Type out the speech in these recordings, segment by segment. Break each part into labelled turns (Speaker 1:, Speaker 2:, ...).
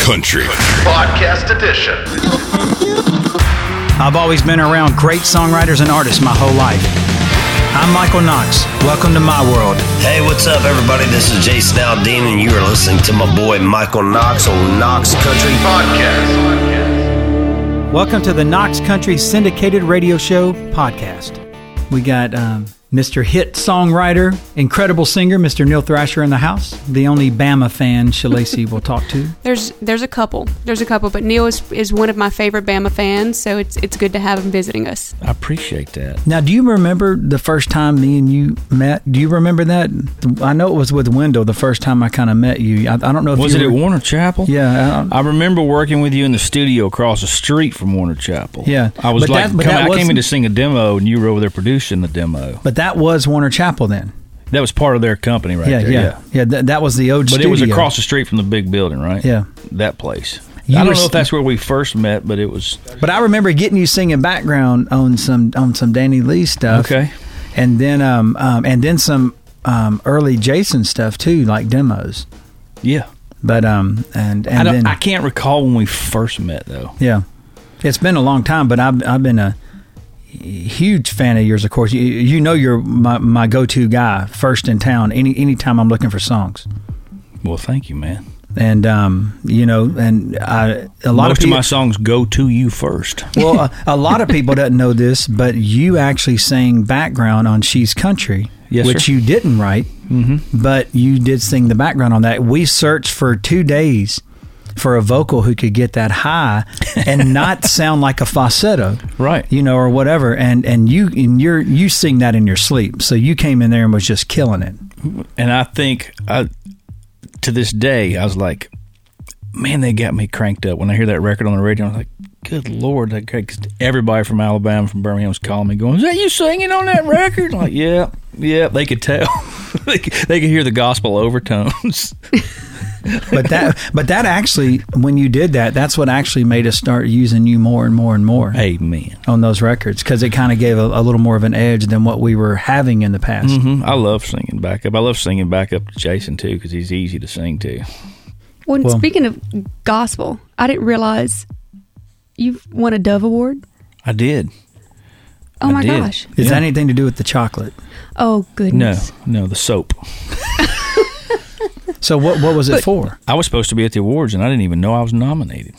Speaker 1: country.
Speaker 2: Podcast Edition.
Speaker 3: I've always been around great songwriters and artists my whole life. I'm Michael Knox. Welcome to my world.
Speaker 4: Hey, what's up, everybody? This is Jason Aldean, and you are listening to my boy Michael Knox on Knox Country.
Speaker 2: Podcast.
Speaker 3: Welcome to the Knox Country Syndicated Radio Show podcast. We got um, Mr. Hit songwriter, incredible singer, Mr. Neil Thrasher in the house. The only Bama fan Shalacy will talk to.
Speaker 5: There's there's a couple. There's a couple, but Neil is, is one of my favorite Bama fans, so it's it's good to have him visiting us.
Speaker 6: I appreciate that.
Speaker 3: Now, do you remember the first time me and you met? Do you remember that? I know it was with Wendell the first time I kind of met you. I, I don't know if
Speaker 6: Was
Speaker 3: you
Speaker 6: it at
Speaker 3: were-
Speaker 6: Warner Chapel?
Speaker 3: Yeah, I don't-
Speaker 6: I remember working with you in the studio across the street from Warner Chapel.
Speaker 3: Yeah.
Speaker 6: I was
Speaker 3: But
Speaker 6: like,
Speaker 3: that- but
Speaker 6: coming-
Speaker 3: that
Speaker 6: I came in
Speaker 3: wasn't-
Speaker 6: to sing a demo, and you were over there producing the demo.
Speaker 3: but that was Warner Chapel then.
Speaker 6: That was part of their company, right
Speaker 3: yeah,
Speaker 6: there.
Speaker 3: yeah, yeah, that, that was the old.
Speaker 6: But
Speaker 3: studio.
Speaker 6: it was across the street from the big building, right?
Speaker 3: Yeah.
Speaker 6: that place.
Speaker 3: You
Speaker 6: I don't
Speaker 3: were
Speaker 6: know
Speaker 3: s-
Speaker 6: if that's where we first met, but it was
Speaker 3: But I remember getting you singing background on some on some Danny Lee stuff.
Speaker 6: Okay.
Speaker 3: And then um, um and then some um early Jason stuff too, like demos.
Speaker 6: yeah.
Speaker 3: But um and
Speaker 6: I
Speaker 3: and
Speaker 6: don't.
Speaker 3: then
Speaker 6: I can't recall when we first met though.
Speaker 3: yeah, it's been a long time. But I've I've been a huge fan of yours. Of course, you you know you're my, my go to guy first in town. Any anytime I'm looking for songs.
Speaker 6: Well, thank you, man.
Speaker 3: And um, you know, and I a lot
Speaker 6: Most
Speaker 3: of
Speaker 6: of
Speaker 3: people,
Speaker 6: my songs go to you first.
Speaker 3: well, a, a lot of people doesn't know this, but you actually sang background on "She's Country,"
Speaker 6: Yes,
Speaker 3: which
Speaker 6: sir. Mm-hmm.
Speaker 3: you didn't write, but you did sing the background on that. We searched for two days for a vocal who could get that high and not sound like a falsetto,
Speaker 6: Right.
Speaker 3: You know, or whatever. And and you and you're you sing that in your sleep, so you came in there and was just killing it.
Speaker 6: and I think I to this day I was like, man, they got me cranked up when I hear that record on the radio. I'm like, good lord, that guy- 'cause everybody from Alabama, from Birmingham was calling me, going, "Is that you singing on that record?" I'm like, yeah, yeah, they could tell. they could they could hear the gospel overtones.
Speaker 3: But that but that actually when you did that, that's what actually made us start using you more and more and more.
Speaker 6: Amen.
Speaker 3: on those records because it kind of gave a, a little more of an edge than what we were having in the past.
Speaker 6: hmm I love singing backup. I love singing backup to Jason too because he's easy to sing to.
Speaker 7: Well,
Speaker 3: Well-
Speaker 7: speaking of gospel, I didn't realize you've won a Dove Award.
Speaker 6: I did.
Speaker 7: Oh
Speaker 6: I
Speaker 7: my
Speaker 6: did.
Speaker 7: gosh.
Speaker 3: Is that anything to do with the chocolate?
Speaker 6: No,
Speaker 7: Oh goodness.
Speaker 6: no, the soap.
Speaker 3: So what what was it for?
Speaker 6: I was supposed to be at the awards, and I didn't even know I was nominated.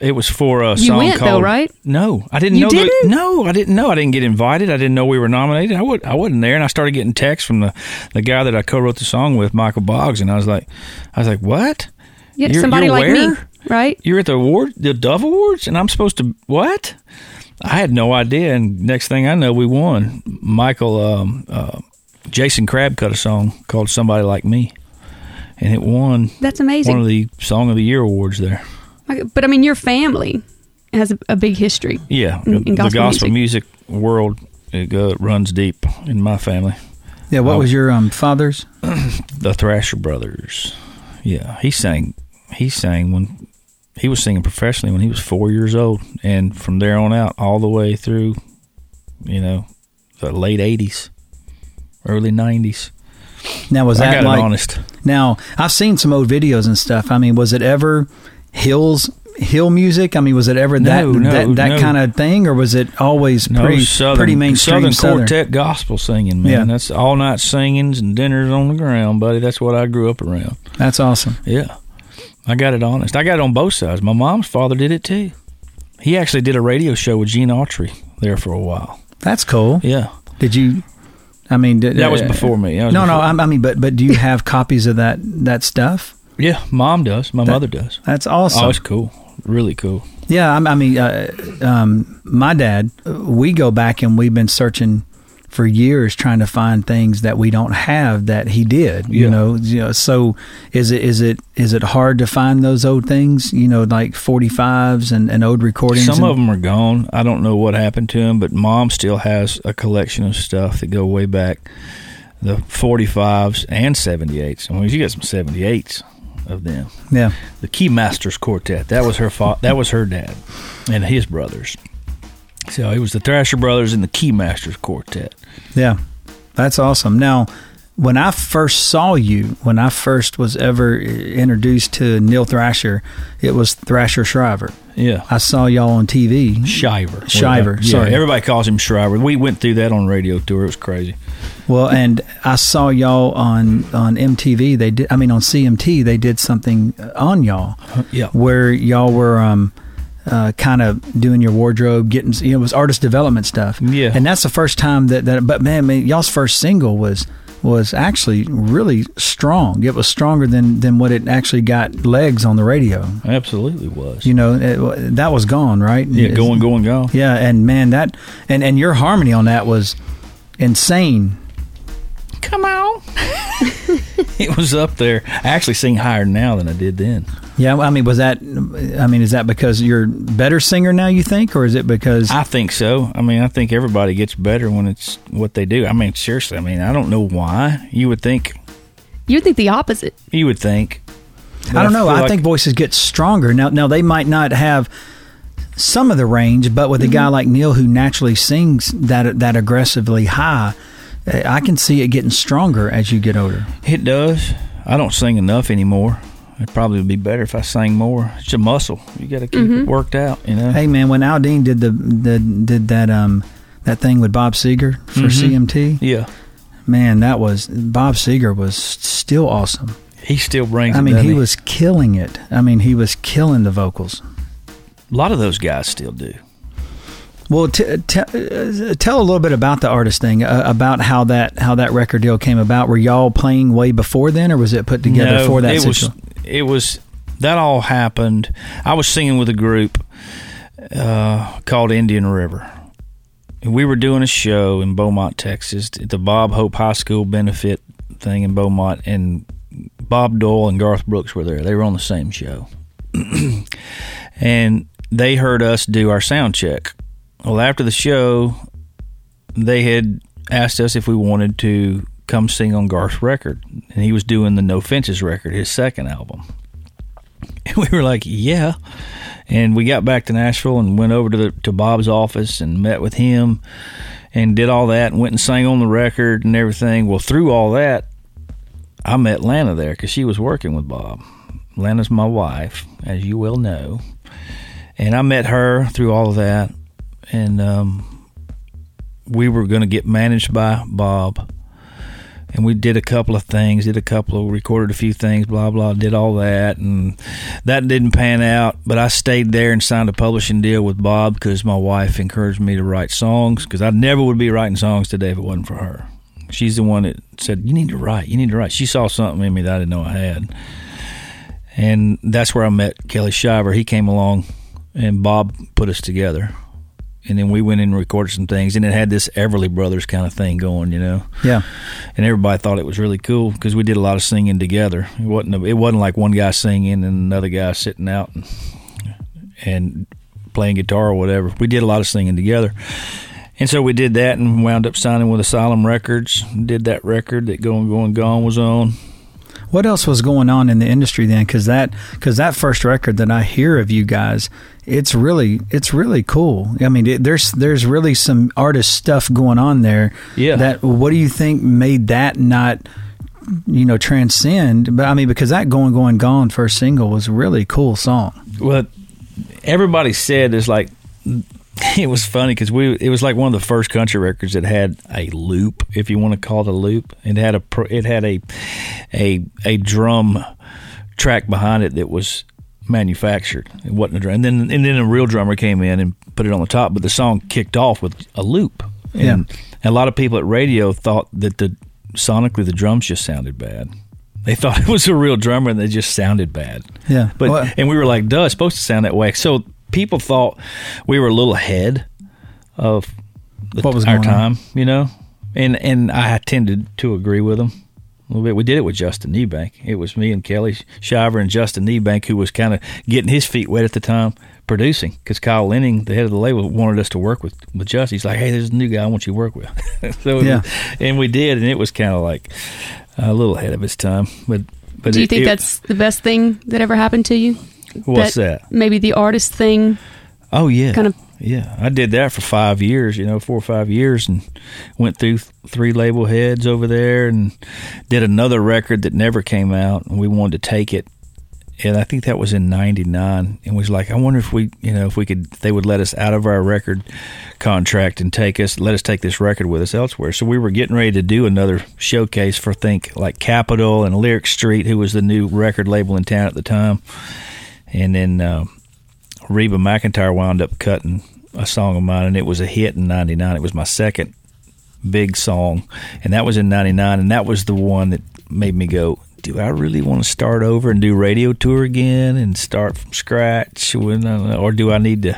Speaker 6: It was for a
Speaker 7: You
Speaker 6: song
Speaker 7: went, though,
Speaker 6: called
Speaker 7: right?
Speaker 6: No, I didn't
Speaker 7: You
Speaker 6: know. the-
Speaker 7: didn't?
Speaker 6: no, I didn't know. I didn't get invited. I didn't know we were nominated. I would. I wasn't there, and I started getting texts from the the guy that I co-wrote the song with, Michael Boggs, and I was like, I was like, what?
Speaker 7: Yeah,
Speaker 6: You're-
Speaker 7: somebody
Speaker 6: you're
Speaker 7: like me,
Speaker 6: where?
Speaker 7: right?
Speaker 6: You're at the award, the Dove Awards, and I'm supposed to what? I had no idea, and next thing I know, we won. Michael, um, uh, Jason Crab cut a song called "Somebody Like Me," and it won
Speaker 7: That's amazing.
Speaker 6: one of the Song of the Year awards there.
Speaker 7: My- but I mean, your family has a, a big history.
Speaker 6: Yeah,
Speaker 7: in, in
Speaker 6: the gospel music, world it uh, runs deep in my family.
Speaker 3: Yeah, what
Speaker 6: Oh.
Speaker 3: was your um, father's?
Speaker 6: The Thrasher Brothers. Yeah, he sang. He sang when he was singing professionally when he was four years old, and from there on out, all the way through, you know, the late eighties, early nineties.
Speaker 3: Now was
Speaker 6: I
Speaker 3: that
Speaker 6: got
Speaker 3: like
Speaker 6: it honest.
Speaker 3: now I've seen some old videos and stuff. I mean, was it ever hills hill music? I mean, was it ever that
Speaker 6: No, no,
Speaker 3: that, that
Speaker 6: no.
Speaker 3: kind of thing, or was it always
Speaker 6: No,
Speaker 3: pretty
Speaker 6: southern,
Speaker 3: pretty mainstream
Speaker 6: southern, quartet gospel singing, man.
Speaker 3: Yeah.
Speaker 6: That's all night singings and dinners on the ground, buddy. That's what I grew up around.
Speaker 3: That's awesome.
Speaker 6: Yeah. I got it honest. I got it on both sides. My mom's father did it too. He actually did a radio show with Gene Autry there for a while.
Speaker 3: That's cool.
Speaker 6: Yeah.
Speaker 3: Did you? I mean, did, uh,
Speaker 6: That was before me. That was
Speaker 3: no, no.
Speaker 6: before-
Speaker 3: I, I mean, but but do you have copies of that that stuff?
Speaker 6: Yeah. Mom does. My
Speaker 3: That-
Speaker 6: mother does.
Speaker 3: That's awesome.
Speaker 6: Oh, it's cool. Really cool.
Speaker 3: Yeah, I, I mean, uh, um, my dad. uh, We go back and we've been searching for years trying to find things that we don't have that he did. You
Speaker 6: Yeah.
Speaker 3: know, you know. So is it is it is it hard to find those old things? You know, like forty fives and, and old recordings.
Speaker 6: Some
Speaker 3: and-
Speaker 6: of them are gone. I don't know what happened to them, but mom still has a collection of stuff that go way back the 45s and 78s. I mean, she got some 78s of them.
Speaker 3: Yeah,
Speaker 6: the Keymasters Quartet. That was her fa- that was her dad and his brothers. So it was the Thrasher Brothers and the Keymasters Quartet.
Speaker 3: yeah. That's awesome. Now, when I first saw you, when I first was ever introduced to Neil Thrasher, it was Thrasher Shriver.
Speaker 6: Yeah.
Speaker 3: I saw y'all on TV.
Speaker 6: Shiver.
Speaker 3: Shiver,
Speaker 6: Yeah,
Speaker 3: sorry.
Speaker 6: Everybody calls him Shriver. We went through that on radio tour. It was crazy.
Speaker 3: Well, and I saw y'all on on MTV. They did. I mean, on CMT, they did something on y'all.
Speaker 6: Yeah.
Speaker 3: Where y'all were um, uh, kind of doing your wardrobe, getting you know, it was artist development stuff.
Speaker 6: Yeah.
Speaker 3: And that's the first time that that. But man, man y'all's first single was was actually really strong. It was stronger than than what it actually got legs on the radio.
Speaker 6: Absolutely was.
Speaker 3: You know, it, that was gone, right?
Speaker 6: yeah, going, going, gone.
Speaker 3: Yeah, and man, that and and your harmony on that was insane.
Speaker 6: Come on. it was up there. I actually sing higher now than I did then.
Speaker 3: Yeah, well, I mean, was that? I mean, is that because you're a better singer now? You think, or is it because?
Speaker 6: I think so. I mean, I think everybody gets better when it's what they do. I mean, seriously, I mean, I don't know why. You would think,
Speaker 7: You'd think the opposite.
Speaker 6: you would think. But
Speaker 3: I don't know.
Speaker 6: feel
Speaker 3: I
Speaker 6: like-
Speaker 3: think voices get stronger now. Now they might not have some of the range, but
Speaker 6: Mm-hmm.
Speaker 3: with a guy like Neil who naturally sings that that aggressively high, eh, I can see it getting stronger as you get older.
Speaker 6: It does. I don't sing enough anymore. It probably would be better if I sang more. It's a muscle. You got to keep it worked out, you know?
Speaker 3: Mm-hmm. Hey man, when Aldine did the, the did that um that thing with Bob Seger
Speaker 6: Mm-hmm.
Speaker 3: for CMT,
Speaker 6: Yeah.
Speaker 3: man, that was Bob Seger was still awesome.
Speaker 6: He still brings
Speaker 3: I
Speaker 6: it,
Speaker 3: mean,
Speaker 6: doesn't
Speaker 3: he was killing it. I mean, he was killing the vocals.
Speaker 6: A lot of those guys still do.
Speaker 3: Well, t- t- uh, tell a little bit about the artist thing, uh, about how that how that record deal came about. Were y'all playing way before then, or was it put together
Speaker 6: No,
Speaker 3: for that
Speaker 6: it was,
Speaker 3: situation?
Speaker 6: it was that all happened. I was singing with a group uh, called Indian River. And We were doing a show in Beaumont, Texas, at the Bob Hope High School benefit thing in Beaumont, and Bob Doyle and Garth Brooks were there. They were on the same show, and they heard us do our sound check. Well, after the show, they had asked us if we wanted to come sing on Garth's record, and he was doing the No Fences record, his second album. And we were like, "Yeah," and we got back to Nashville and went over to the, to Bob's office and met with him, and did all that, and went and sang on the record and everything. Well, through all that, I met Lana there because she was working with Bob. Lana's my wife, as you well know, and I met her through all of that, and um, we were going to get managed by Bob. And we did a couple of things, did a couple of, recorded a few things, blah, blah, did all that. And that didn't pan out. But I stayed there and signed a publishing deal with Bob because my wife encouraged me to write songs because I never would be writing songs today if it wasn't for her. She's the one that said, You need to write, you need to write. She saw something in me that I didn't know I had. And that's where I met Kelly Shiver. He came along and Bob put us together and then we went in and recorded some things and it had this everly brothers kind of thing going you know
Speaker 3: yeah,
Speaker 6: and everybody thought it was really cool because we did a lot of singing together it wasn't it wasn't like one guy singing and another guy sitting out and, and playing guitar or whatever we did a lot of singing together and so we did that and wound up signing with asylum records did that record that going going gone was on
Speaker 3: What else was going on in the industry then? Because that because that first record that I hear of you guys, it's really it's really cool. I mean, it, there's there's really some artist stuff going on there.
Speaker 6: Yeah.
Speaker 3: That what do you think made that not you know transcend? But I mean, because that going going gone first single was a really cool song.
Speaker 6: Well, everybody said it's like it was funny because we it was like one of the first country records that had a loop, if you want to call it a loop. It had a pr- it had a a a drum track behind it that was manufactured. It wasn't a drum, and then and then a real drummer came in and put it on the top. But the song kicked off with a loop,
Speaker 3: Yeah.
Speaker 6: and a lot of people at radio thought that the sonically the drums just sounded bad. They thought it was a real drummer, and they just sounded bad.
Speaker 3: Yeah.
Speaker 6: But
Speaker 3: Well-
Speaker 6: and we were like, duh, it's supposed to sound that way. So people thought we were a little ahead of the,
Speaker 3: What was
Speaker 6: our
Speaker 3: going on.
Speaker 6: time, you know. And and I tended to agree with them a little bit. We did it with Justin Niebank. It was me and Kelly Shiver and Justin Niebank who was kind of getting his feet wet at the time producing because Kyle Lenning, the head of the label, wanted us to work with with Justin. He's like, hey, there's a new guy I want you to work with. so
Speaker 3: Yeah.
Speaker 6: and we did, and it was kind of like a little ahead of its time, but. But
Speaker 7: Do you
Speaker 6: it-
Speaker 7: think
Speaker 6: it-
Speaker 7: that's the best thing that ever happened to you?
Speaker 6: what's that?
Speaker 7: Maybe the artist thing
Speaker 6: Oh yeah,
Speaker 7: kind of
Speaker 6: yeah. I did that for five years, you know, four or five years, and went through th- three label heads over there, and did another record that never came out, and we wanted to take it, and I think that was in '99, and was like, I wonder if we, you know, if we could, if they would let us out of our record contract and take us, let us take this record with us elsewhere. So we were getting ready to do another showcase for think like Capitol and Lyric Street, who was the new record label in town at the time, and then. Uh, Reba McIntyre wound up cutting a song of mine, and it was a hit in '99. It was my second big song, and that was in '99, and that was the one that made me go, "Do I really want to start over and do radio tour again and start from scratch, when, uh, or do I need to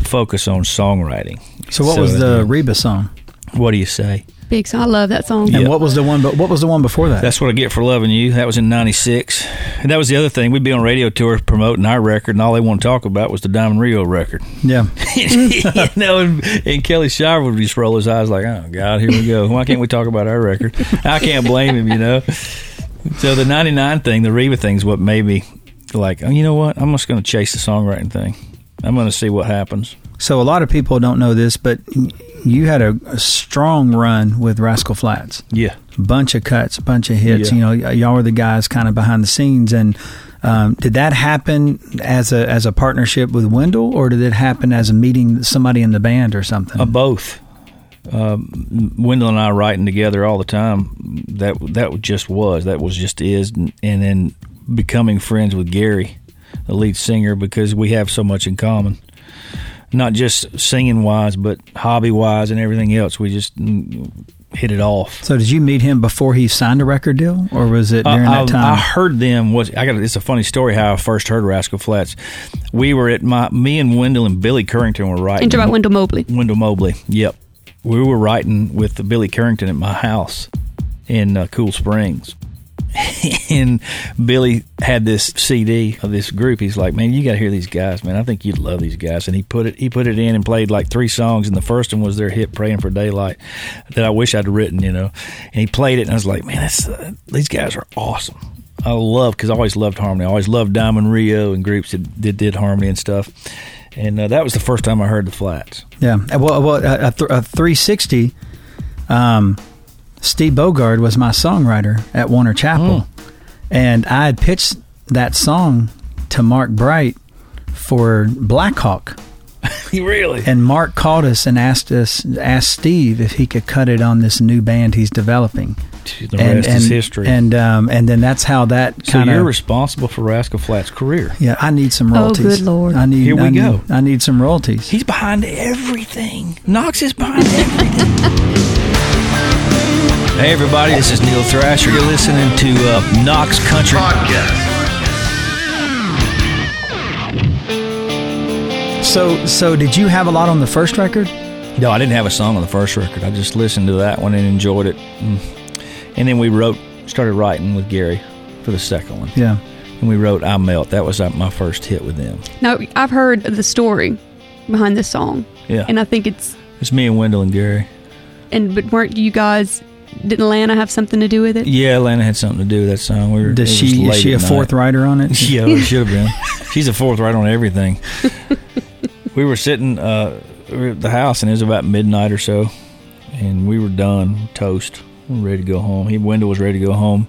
Speaker 6: focus on songwriting?"
Speaker 3: So what was the
Speaker 6: that's-
Speaker 3: Reba song?
Speaker 6: What do you say?
Speaker 7: Big song. I love that song.
Speaker 3: And what was the one? But what was the one before that?
Speaker 6: That's what I get for loving you. That was in '96, and that was the other thing. We'd be on radio tour promoting our record, and all they want to talk about was the Diamond Rio record.
Speaker 3: yeah.
Speaker 6: you know, and, and Kelly Shire would just roll his eyes like, "Oh God, here we go. Why can't we talk about our record?" I can't blame him, you know. So the '99 thing, the Reba thing, is what made me like, oh, you know what? I'm just going to chase the songwriting thing. I'm going to see what happens.
Speaker 3: So a lot of people don't know this, but you had a, a strong run with Rascal Flats.
Speaker 6: Yeah,
Speaker 3: bunch of cuts, bunch of hits.
Speaker 6: Yeah.
Speaker 3: You know, y- y'all were the guys kind of behind the scenes. And um, did that happen as a as a partnership with Wendell, or did it happen as a meeting somebody in the band or something?
Speaker 6: uh, both. Um, Wendell and I writing together all the time. That that just was that was just is, and, and then becoming friends with Gary, the lead singer, because we have so much in common. not just singing wise, but hobby wise and everything else. We just mm, hit it off.
Speaker 3: so did you meet him before he signed a record deal, or was it during
Speaker 6: I, I-
Speaker 3: that
Speaker 6: I
Speaker 3: time?
Speaker 6: heard them. Was I got? It's a funny story how I first heard Rascal Flats. We were at my me and Wendell and Billy Currington were writing.
Speaker 7: And about Wendell Mobley.
Speaker 6: Wendell Mobley. Yep, we were writing with Billy Currington at my house in uh, Cool Springs. and Billy had this CD of this group. He's like, "Man, you got to hear these guys, man. I think you'd love these guys." And he put it he put it in and played like three songs. And the first one was their hit "Praying for Daylight" that I wish I'd written, you know. And he played it, and I was like, "Man, that's, uh, these guys are awesome." I love because I always loved harmony. I always loved Diamond Rio and groups that did, did harmony and stuff. And uh, that was the first time I heard the Flats.
Speaker 3: yeah. Uh, Well, well a, a, th- a 360. Um, Steve Bogard was my songwriter at Warner Chapel,
Speaker 6: Hmm.
Speaker 3: and I had pitched that song to Mark Bright for Blackhawk.
Speaker 6: really?
Speaker 3: And Mark called us and asked us asked Steve if he could cut it on this new band he's developing.
Speaker 6: The rest
Speaker 3: and,
Speaker 6: is history.
Speaker 3: And um, and then that's how that
Speaker 6: so
Speaker 3: kind
Speaker 6: you're
Speaker 3: of
Speaker 6: responsible for Rascal Flat's career.
Speaker 3: yeah. I need some
Speaker 7: Oh,
Speaker 3: royalties.
Speaker 7: good Lord.
Speaker 3: I need
Speaker 6: Here we
Speaker 3: I need-
Speaker 6: go.
Speaker 3: I need some royalties.
Speaker 6: He's behind everything. Knox is behind everything. hey, everybody, this is Neil Thrasher. You're listening to uh, Knox Country.
Speaker 2: Podcast.
Speaker 3: So so did you have a lot on the first record?
Speaker 6: No, I didn't have a song on the first record. I just listened to that one and enjoyed it. Mm. And then we wrote, started writing with Gary for the second one.
Speaker 3: Yeah.
Speaker 6: And we wrote I Melt. That was uh, my first hit with them.
Speaker 7: Now, I've heard the story behind this song,
Speaker 6: Yeah.
Speaker 7: and I think it's
Speaker 6: it's me and Wendell and Gary.
Speaker 7: and but weren't you guys? Didn't Lana have something to do with it?
Speaker 6: Yeah, Lana had something to do with that song. We were,
Speaker 3: Does
Speaker 6: it was
Speaker 3: she
Speaker 6: late
Speaker 3: is she a
Speaker 6: at night.
Speaker 3: fourth writer on it?
Speaker 6: Yeah, it should have been. She's a fourth right on everything. we were sitting uh, we were at the house, and it was about midnight or so, and we were done, toast, we were ready to go home. He Wendell was ready to go home,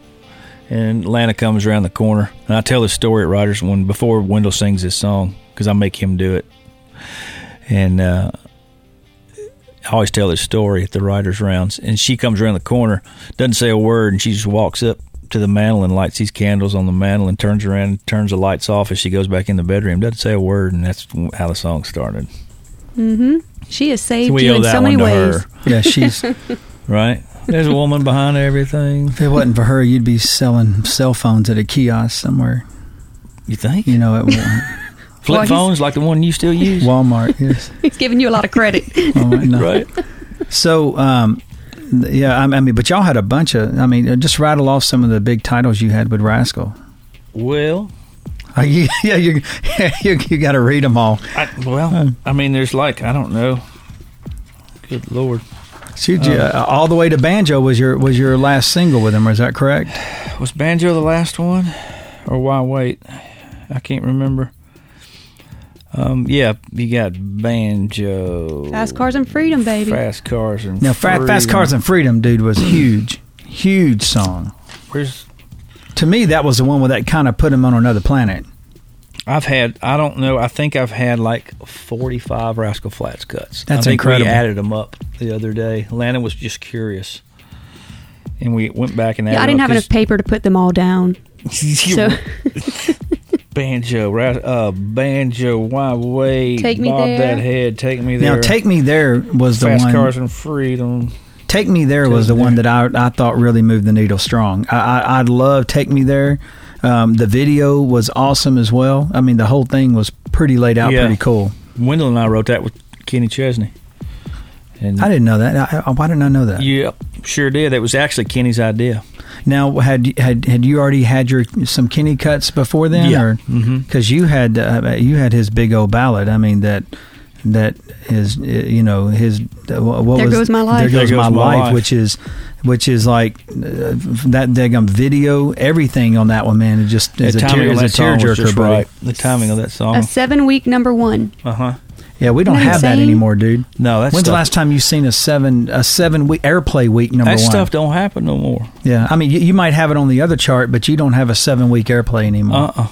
Speaker 6: and Lana comes around the corner, and I tell this story at Riders when before Wendell sings this song because I make him do it, and. uh I always tell this story at the writers' rounds, and she comes around the corner, doesn't say a word, and she just walks up to the mantel and lights these candles on the mantel, and turns around, and turns the lights off as she goes back in the bedroom, doesn't say a word, and that's how the song started.
Speaker 7: She has saved
Speaker 6: we
Speaker 7: you
Speaker 6: owe
Speaker 7: in
Speaker 6: that
Speaker 7: so
Speaker 6: one
Speaker 7: many
Speaker 6: to
Speaker 7: ways.
Speaker 6: her,
Speaker 3: Yeah, she's
Speaker 6: right? There's a woman behind everything.
Speaker 3: if it wasn't for her, you'd be selling cell phones at a kiosk somewhere.
Speaker 6: You think
Speaker 3: You know, at Wa-
Speaker 6: flip
Speaker 7: Well, he's-
Speaker 6: phones like the one you still use,
Speaker 3: Walmart. Yes.
Speaker 7: He's giving you a lot of credit.
Speaker 3: Walmart, no.
Speaker 6: right?
Speaker 3: So, um, th- yeah, I I mean, but y'all had a bunch of. I mean, uh, just rattle off some of the big titles you had with Rascal.
Speaker 6: Well,
Speaker 3: Uh, you, yeah, you, you, you got to read them all.
Speaker 6: I, well, I mean, there's like I don't know. Good lord.
Speaker 3: Shoot, you- uh, all the way to banjo was your was your last single with him. Is that correct?
Speaker 6: Was Banjo the last one? Or why wait? I can't remember. Um, yeah, you got banjo,
Speaker 7: Fast Cars and Freedom, baby.
Speaker 6: fast cars, and
Speaker 3: Now, Fa- Fast Cars and Freedom, dude, was huge, huge song.
Speaker 6: Where's
Speaker 3: To me, that was the one where that kind of put him on another planet.
Speaker 6: I've had I don't know I think I've had like forty five Rascal Flats cuts.
Speaker 3: That's
Speaker 6: I think
Speaker 3: incredible.
Speaker 6: We added them up the other day. Landon was just curious, and we went back and added.
Speaker 7: Yeah, I didn't
Speaker 6: up
Speaker 7: have enough paper to put them all down.
Speaker 6: 'cause-
Speaker 7: So
Speaker 6: banjo, ras- uh, banjo, why wait?
Speaker 7: Take me
Speaker 6: bob
Speaker 7: there.
Speaker 6: that head, take me there.
Speaker 3: Now, Take Me There was the
Speaker 6: fast
Speaker 3: one.
Speaker 6: cars and freedom.
Speaker 3: Take Me There was the
Speaker 6: Take Me
Speaker 3: one that I, I thought really moved the needle strong. I, I, I love Take Me There. Um, the video was awesome as well. I mean, the whole thing was pretty laid out,
Speaker 6: Yeah.
Speaker 3: pretty cool.
Speaker 6: Wendell and I wrote that with Kenny Chesney. And
Speaker 3: I didn't know that. I, I, why didn't I know that?
Speaker 6: yeah, sure did. That was actually Kenny's idea.
Speaker 3: Now, had had had you already had your some Kenny cuts before then?
Speaker 6: Yeah. Mm-hmm.
Speaker 3: Or because you had uh, you had his big old ballad. I mean that that is uh, you know his uh, wha- what
Speaker 7: There
Speaker 3: was
Speaker 7: Goes My Life.
Speaker 3: There goes, my, life,
Speaker 6: Life.
Speaker 3: which is which is like uh, that daggum video everything on that one man. It just is
Speaker 6: the
Speaker 3: a
Speaker 6: timing
Speaker 3: tear,
Speaker 6: of
Speaker 3: is a
Speaker 6: that song was
Speaker 3: tearjerker,
Speaker 6: just
Speaker 3: buddy.
Speaker 6: right. The timing of that
Speaker 7: a
Speaker 6: song.
Speaker 7: seven week number one.
Speaker 6: Uh huh.
Speaker 3: Yeah, we don't
Speaker 7: Isn't that
Speaker 3: have that
Speaker 7: insane?
Speaker 3: anymore, dude.
Speaker 6: No, that's
Speaker 3: When's the last time you seen a seven a seven week airplay week number
Speaker 6: That
Speaker 3: one?
Speaker 6: stuff don't happen no more.
Speaker 3: Yeah, I mean you, you might have it on the other chart, but you don't have a seven week airplay anymore.
Speaker 6: Uh uh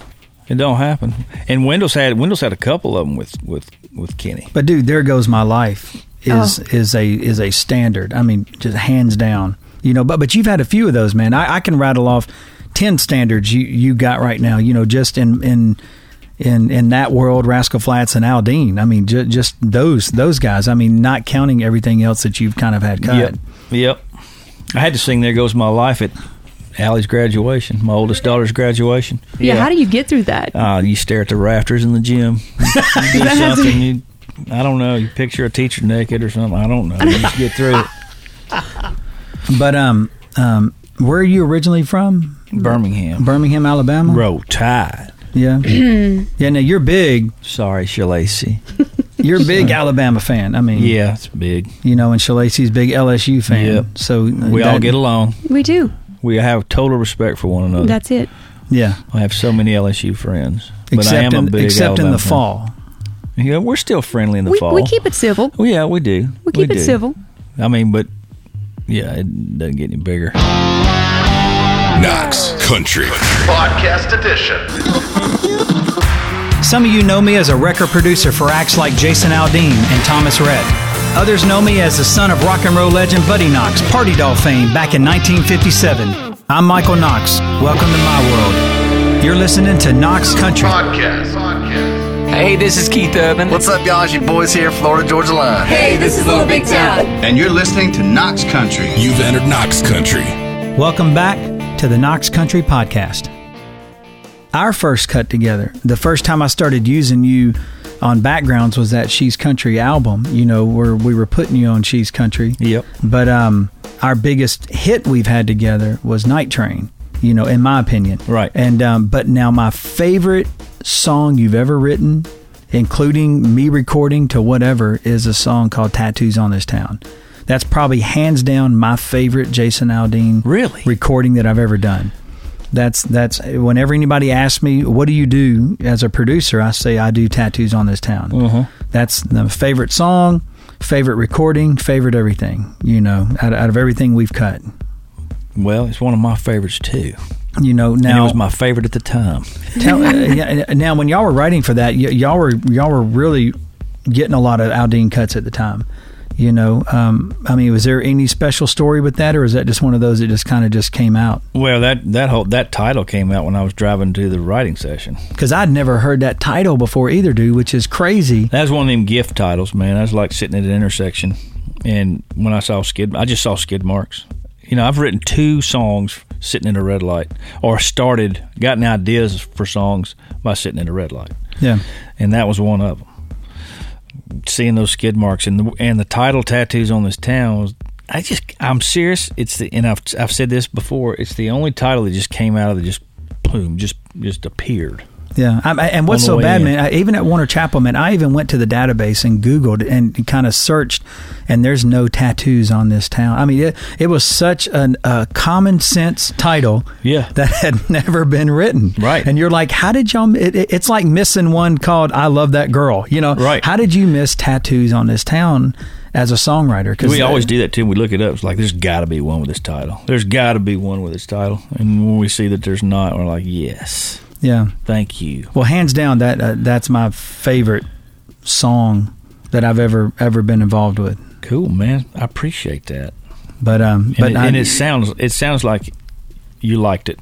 Speaker 6: It don't happen. And Windows had Windows had a couple of them with with with Kenny.
Speaker 3: But dude, there goes my life is is a is a standard. I mean, just hands down. You know, but but you've had a few of those, man. I, I can rattle off ten standards you you got right now. You know, just in in in in that world, Rascal Flats and Al Dean. I mean, ju- just those those guys. I mean, not counting everything else that you've kind of had cut.
Speaker 6: Yep. Yep. I had to sing "There Goes My Life" at Allie's graduation, my oldest daughter's graduation.
Speaker 7: Yeah, how do you get through that?
Speaker 6: Uh, you stare at the rafters in the gym. You do something. You, I don't know. You picture a teacher naked or something. I don't know. You just get through it.
Speaker 3: But um um, where are you originally from?
Speaker 6: Birmingham.
Speaker 3: Birmingham, Alabama.
Speaker 6: Roll Tide.
Speaker 3: Yeah. yeah. Now you're big.
Speaker 6: Sorry, Shalacy.
Speaker 3: You're a big Alabama fan. I mean,
Speaker 6: Yeah, it's big.
Speaker 3: you know, and Shalacy's big LSU fan.
Speaker 6: Yep.
Speaker 3: So uh,
Speaker 6: We all get along.
Speaker 7: we do.
Speaker 6: We have total respect for one another.
Speaker 7: That's it.
Speaker 3: Yeah,
Speaker 6: I have so many LSU friends, but I
Speaker 3: except
Speaker 6: am a
Speaker 3: in
Speaker 6: big
Speaker 3: except in
Speaker 6: Alabama
Speaker 3: the
Speaker 6: fan.
Speaker 3: fall.
Speaker 6: Yeah, we're still friendly in the
Speaker 7: We,
Speaker 6: fall.
Speaker 7: we keep it civil.
Speaker 6: Well, yeah, we do.
Speaker 7: We keep it
Speaker 6: do.
Speaker 7: civil.
Speaker 6: I mean, but yeah, it doesn't get any bigger.
Speaker 1: Knox Country.
Speaker 2: Podcast Edition.
Speaker 3: Some of you know me as a record producer for acts like Jason Aldean and Thomas Rhett. Others know me as the son of rock and roll legend Buddy Knox, party doll fame back in 1957. I'm Michael Knox. Welcome to my world. You're listening to Knox Country.
Speaker 2: Podcast. Podcast.
Speaker 8: Hey, this is Keith Urban.
Speaker 9: What's up, y'all? It's your boys here, Florida Georgia Line. Hey, this is Little Big Town. And you're listening to Knox Country.
Speaker 1: You've entered Knox Country.
Speaker 3: Welcome back to the Knox Country Podcast. Our first cut together, the first time I started using you on backgrounds was that She's Country album, you know, where we were putting you on She's Country.
Speaker 6: Yep.
Speaker 3: But um, our biggest hit we've had together was Night Train, you know, in my opinion.
Speaker 6: Right.
Speaker 3: And um, but now my favorite song you've ever written, including me recording to whatever, is a song called "Tattoos on This Town." That's probably hands down my favorite Jason Aldean
Speaker 6: Really?
Speaker 3: recording that I've ever done. That's that's whenever anybody asks me what do you do as a producer, I say I do tattoos on this town.
Speaker 6: Mm-hmm. Uh-huh.
Speaker 3: That's the favorite song, favorite recording, favorite everything. You know, out, out of everything we've cut.
Speaker 6: Well, it's one of my favorites too.
Speaker 3: You know
Speaker 6: And it
Speaker 3: now.
Speaker 6: was my favorite at the time.
Speaker 3: tell- uh, yeah, uh, now when y'all were writing for that, y- y'all were y'all were really getting a lot of Aldine cuts at the time. You know, um, I mean, was there any special story with that, or is that just one of those that just kind of just came out?
Speaker 6: Well, that that whole that title came out when I was driving to the writing session.
Speaker 3: Because I'd never heard that title before either, dude, which is crazy.
Speaker 6: That was one of them gift titles, man. I was like sitting at an intersection, and when I saw skid, I just saw skid marks. You know, I've written two songs sitting in a red light, or started gotten ideas for songs by sitting in a red light,
Speaker 3: Yeah.
Speaker 6: and that was one of them. Seeing those skid marks and the and the title tattoos on this town was. I just, I'm serious. It's the, and I've, I've said this before. It's the only title that just came out of the just, boom, just, just appeared.
Speaker 3: Yeah, I, I- and what's
Speaker 6: On the
Speaker 3: so
Speaker 6: way
Speaker 3: bad,
Speaker 6: in.
Speaker 3: man? I, even at Warner Chapel, man, I even went to the database and Googled and kind of searched, and there's no tattoos on this town. I mean, it, it was such an, a common sense title,
Speaker 6: Yeah.
Speaker 3: that had never been written,
Speaker 6: Right.
Speaker 3: And you're like, how did y'all? It, it- it's like missing one called "I Love That Girl," you know?
Speaker 6: Right.
Speaker 3: How did you miss tattoos on this town as a songwriter? Because
Speaker 6: We always do that too. We look it up. It's like there's got to be one with this title. There's got to be one with this title. And when we see that there's not, we're like, yes,
Speaker 3: yeah.
Speaker 6: thank you.
Speaker 3: Well, hands down, that uh, that's my favorite song that I've ever ever been involved with.
Speaker 6: Cool, man. I appreciate that.
Speaker 3: But um,
Speaker 6: And,
Speaker 3: but
Speaker 6: it,
Speaker 3: I,
Speaker 6: and it sounds it sounds like you liked it.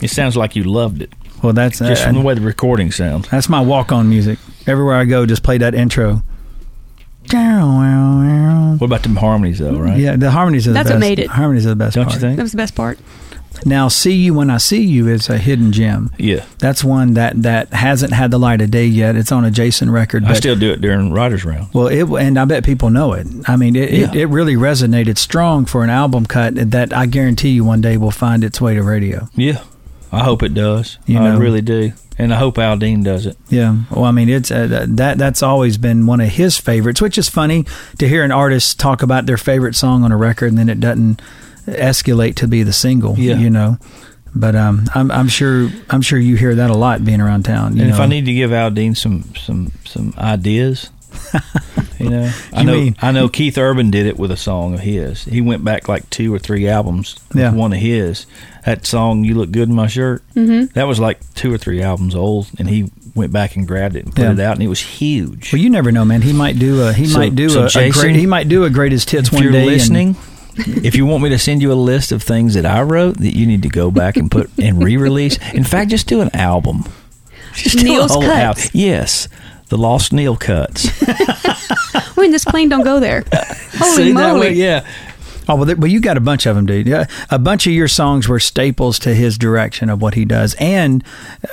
Speaker 6: It sounds like you loved it.
Speaker 3: well, that's
Speaker 6: Just
Speaker 3: uh,
Speaker 6: from the way the recording sounds.
Speaker 3: that's my walk on music. Everywhere I go, just play that intro. Yeah,
Speaker 6: What about them harmonies though, right?
Speaker 3: the harmonies are the
Speaker 7: That's
Speaker 3: best.
Speaker 7: what made it.
Speaker 3: Harmonies are the best.
Speaker 6: Don't
Speaker 3: part.
Speaker 6: you think?
Speaker 7: That was the best part.
Speaker 3: Now, see you when I see you is a hidden gem.
Speaker 6: Yeah.
Speaker 3: That's one that that hasn't had the light of day yet. It's on a Jason record.
Speaker 6: I
Speaker 3: but-
Speaker 6: still do it during writers round.
Speaker 3: Well, it and I bet people know it. I mean, it, it,
Speaker 6: Yeah.
Speaker 3: it really resonated strong for an album cut that I guarantee you one day will find its way to radio.
Speaker 6: Yeah. I hope it does.
Speaker 3: You
Speaker 6: I
Speaker 3: know.
Speaker 6: really do. And I hope Aldine does it.
Speaker 3: Yeah. Well, I mean, it's uh, that that's always been one of his favorites, which is funny to hear an artist talk about their favorite song on a record and then it doesn't escalate to be the single.
Speaker 6: Yeah.
Speaker 3: You know. But um, I'm I'm sure I'm sure you hear that a lot being around town. You
Speaker 6: And if
Speaker 3: know?
Speaker 6: I need to give Aldine some some some ideas, you know, I
Speaker 3: You
Speaker 6: know
Speaker 3: mean-
Speaker 6: I know Keith Urban did it with a song of his. He went back like two or three albums. with
Speaker 3: Yeah.
Speaker 6: one of his. That song "You Look Good in My Shirt." Mm-hmm. That was like two or three albums old, and he went back and grabbed it and put
Speaker 3: Yeah.
Speaker 6: it out, and it was huge.
Speaker 3: well, you never know, man. He might do a he
Speaker 6: So-
Speaker 3: might do
Speaker 6: so
Speaker 3: a, a
Speaker 6: Jason,
Speaker 3: great he might do a greatest hits
Speaker 6: if
Speaker 3: one
Speaker 6: you're
Speaker 3: day. and-
Speaker 6: listening, if you want me to send you a list of things that I wrote that you need to go back and put and re-release, in fact, just do an album. Just do
Speaker 7: Neil's
Speaker 6: a whole
Speaker 7: Cuts.
Speaker 6: album. Yes, the Lost Neil cuts.
Speaker 7: I mean, this plane don't go there. Holy
Speaker 6: See, that
Speaker 7: moly!
Speaker 6: way, yeah.
Speaker 3: Oh well, th- well, you got a bunch of them, dude. Yeah, a bunch of your songs were staples to his direction of what he does, and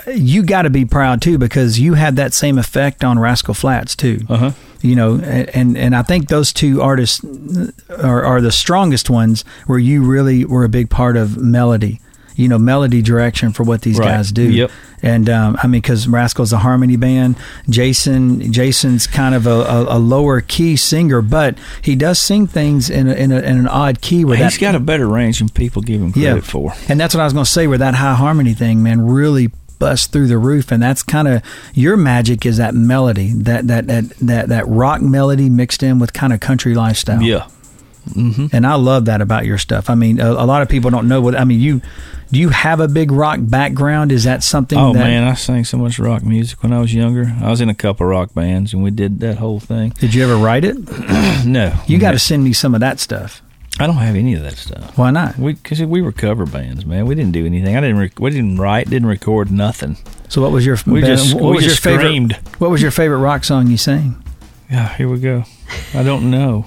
Speaker 3: uh, you got to be proud too because you had that same effect on Rascal Flats too.
Speaker 6: Uh-huh.
Speaker 3: You know, a- and and I think those two artists are, are the strongest ones where you really were a big part of melody. You know, melody direction for what these
Speaker 6: Right.
Speaker 3: guys do.
Speaker 6: Yep.
Speaker 3: And um, I mean, because Rascal's a harmony band, Jason Jason's kind of a, a, a lower key singer, but he does sing things in a, in, a, in an odd key where
Speaker 6: He's
Speaker 3: that-
Speaker 6: got a better range than people give him credit
Speaker 3: yeah.
Speaker 6: for.
Speaker 3: And that's what I was going to say where that high harmony thing, man, really busts through the roof. And that's kind of your magic is that melody, that that that that, that rock melody mixed in with kind of country lifestyle.
Speaker 6: Yeah.
Speaker 3: And I love that about your stuff. I mean, a, a lot of people don't know what I mean. You do you have a big rock background? Is that something?
Speaker 6: Oh
Speaker 3: that,
Speaker 6: man, I sang so much rock music when I was younger. I was in a couple rock bands, and we did that whole thing.
Speaker 3: Did you ever write it?
Speaker 6: No,
Speaker 3: You got to send me some of that stuff.
Speaker 6: I don't have any of that stuff.
Speaker 3: Why not?
Speaker 6: We because we were cover bands, man. We didn't do anything. I didn't. Rec- we didn't write. Didn't record nothing.
Speaker 3: So what was your
Speaker 6: We just-
Speaker 3: what
Speaker 6: we
Speaker 3: was
Speaker 6: just
Speaker 3: your favorite
Speaker 6: screamed.
Speaker 3: what was your favorite rock song you sang?
Speaker 6: Yeah, here we go. I don't know.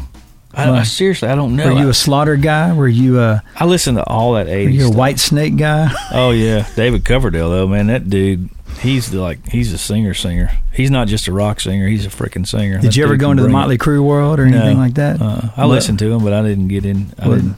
Speaker 6: I, I
Speaker 3: Why?
Speaker 6: seriously, I don't know.
Speaker 3: Were you
Speaker 6: I,
Speaker 3: a Slaughter guy? Were you a
Speaker 6: I listened to all that
Speaker 3: were
Speaker 6: eighties.
Speaker 3: you a White Snake guy?
Speaker 6: Oh yeah, David Coverdale though, man, that dude. He's the, like he's a singer singer. He's not just a rock singer. He's a freaking singer.
Speaker 3: Did you ever go into the Motley Crue world or anything like that?
Speaker 6: Uh, I
Speaker 3: What-
Speaker 6: listened to him, but I didn't get in. I
Speaker 3: what-
Speaker 6: didn't.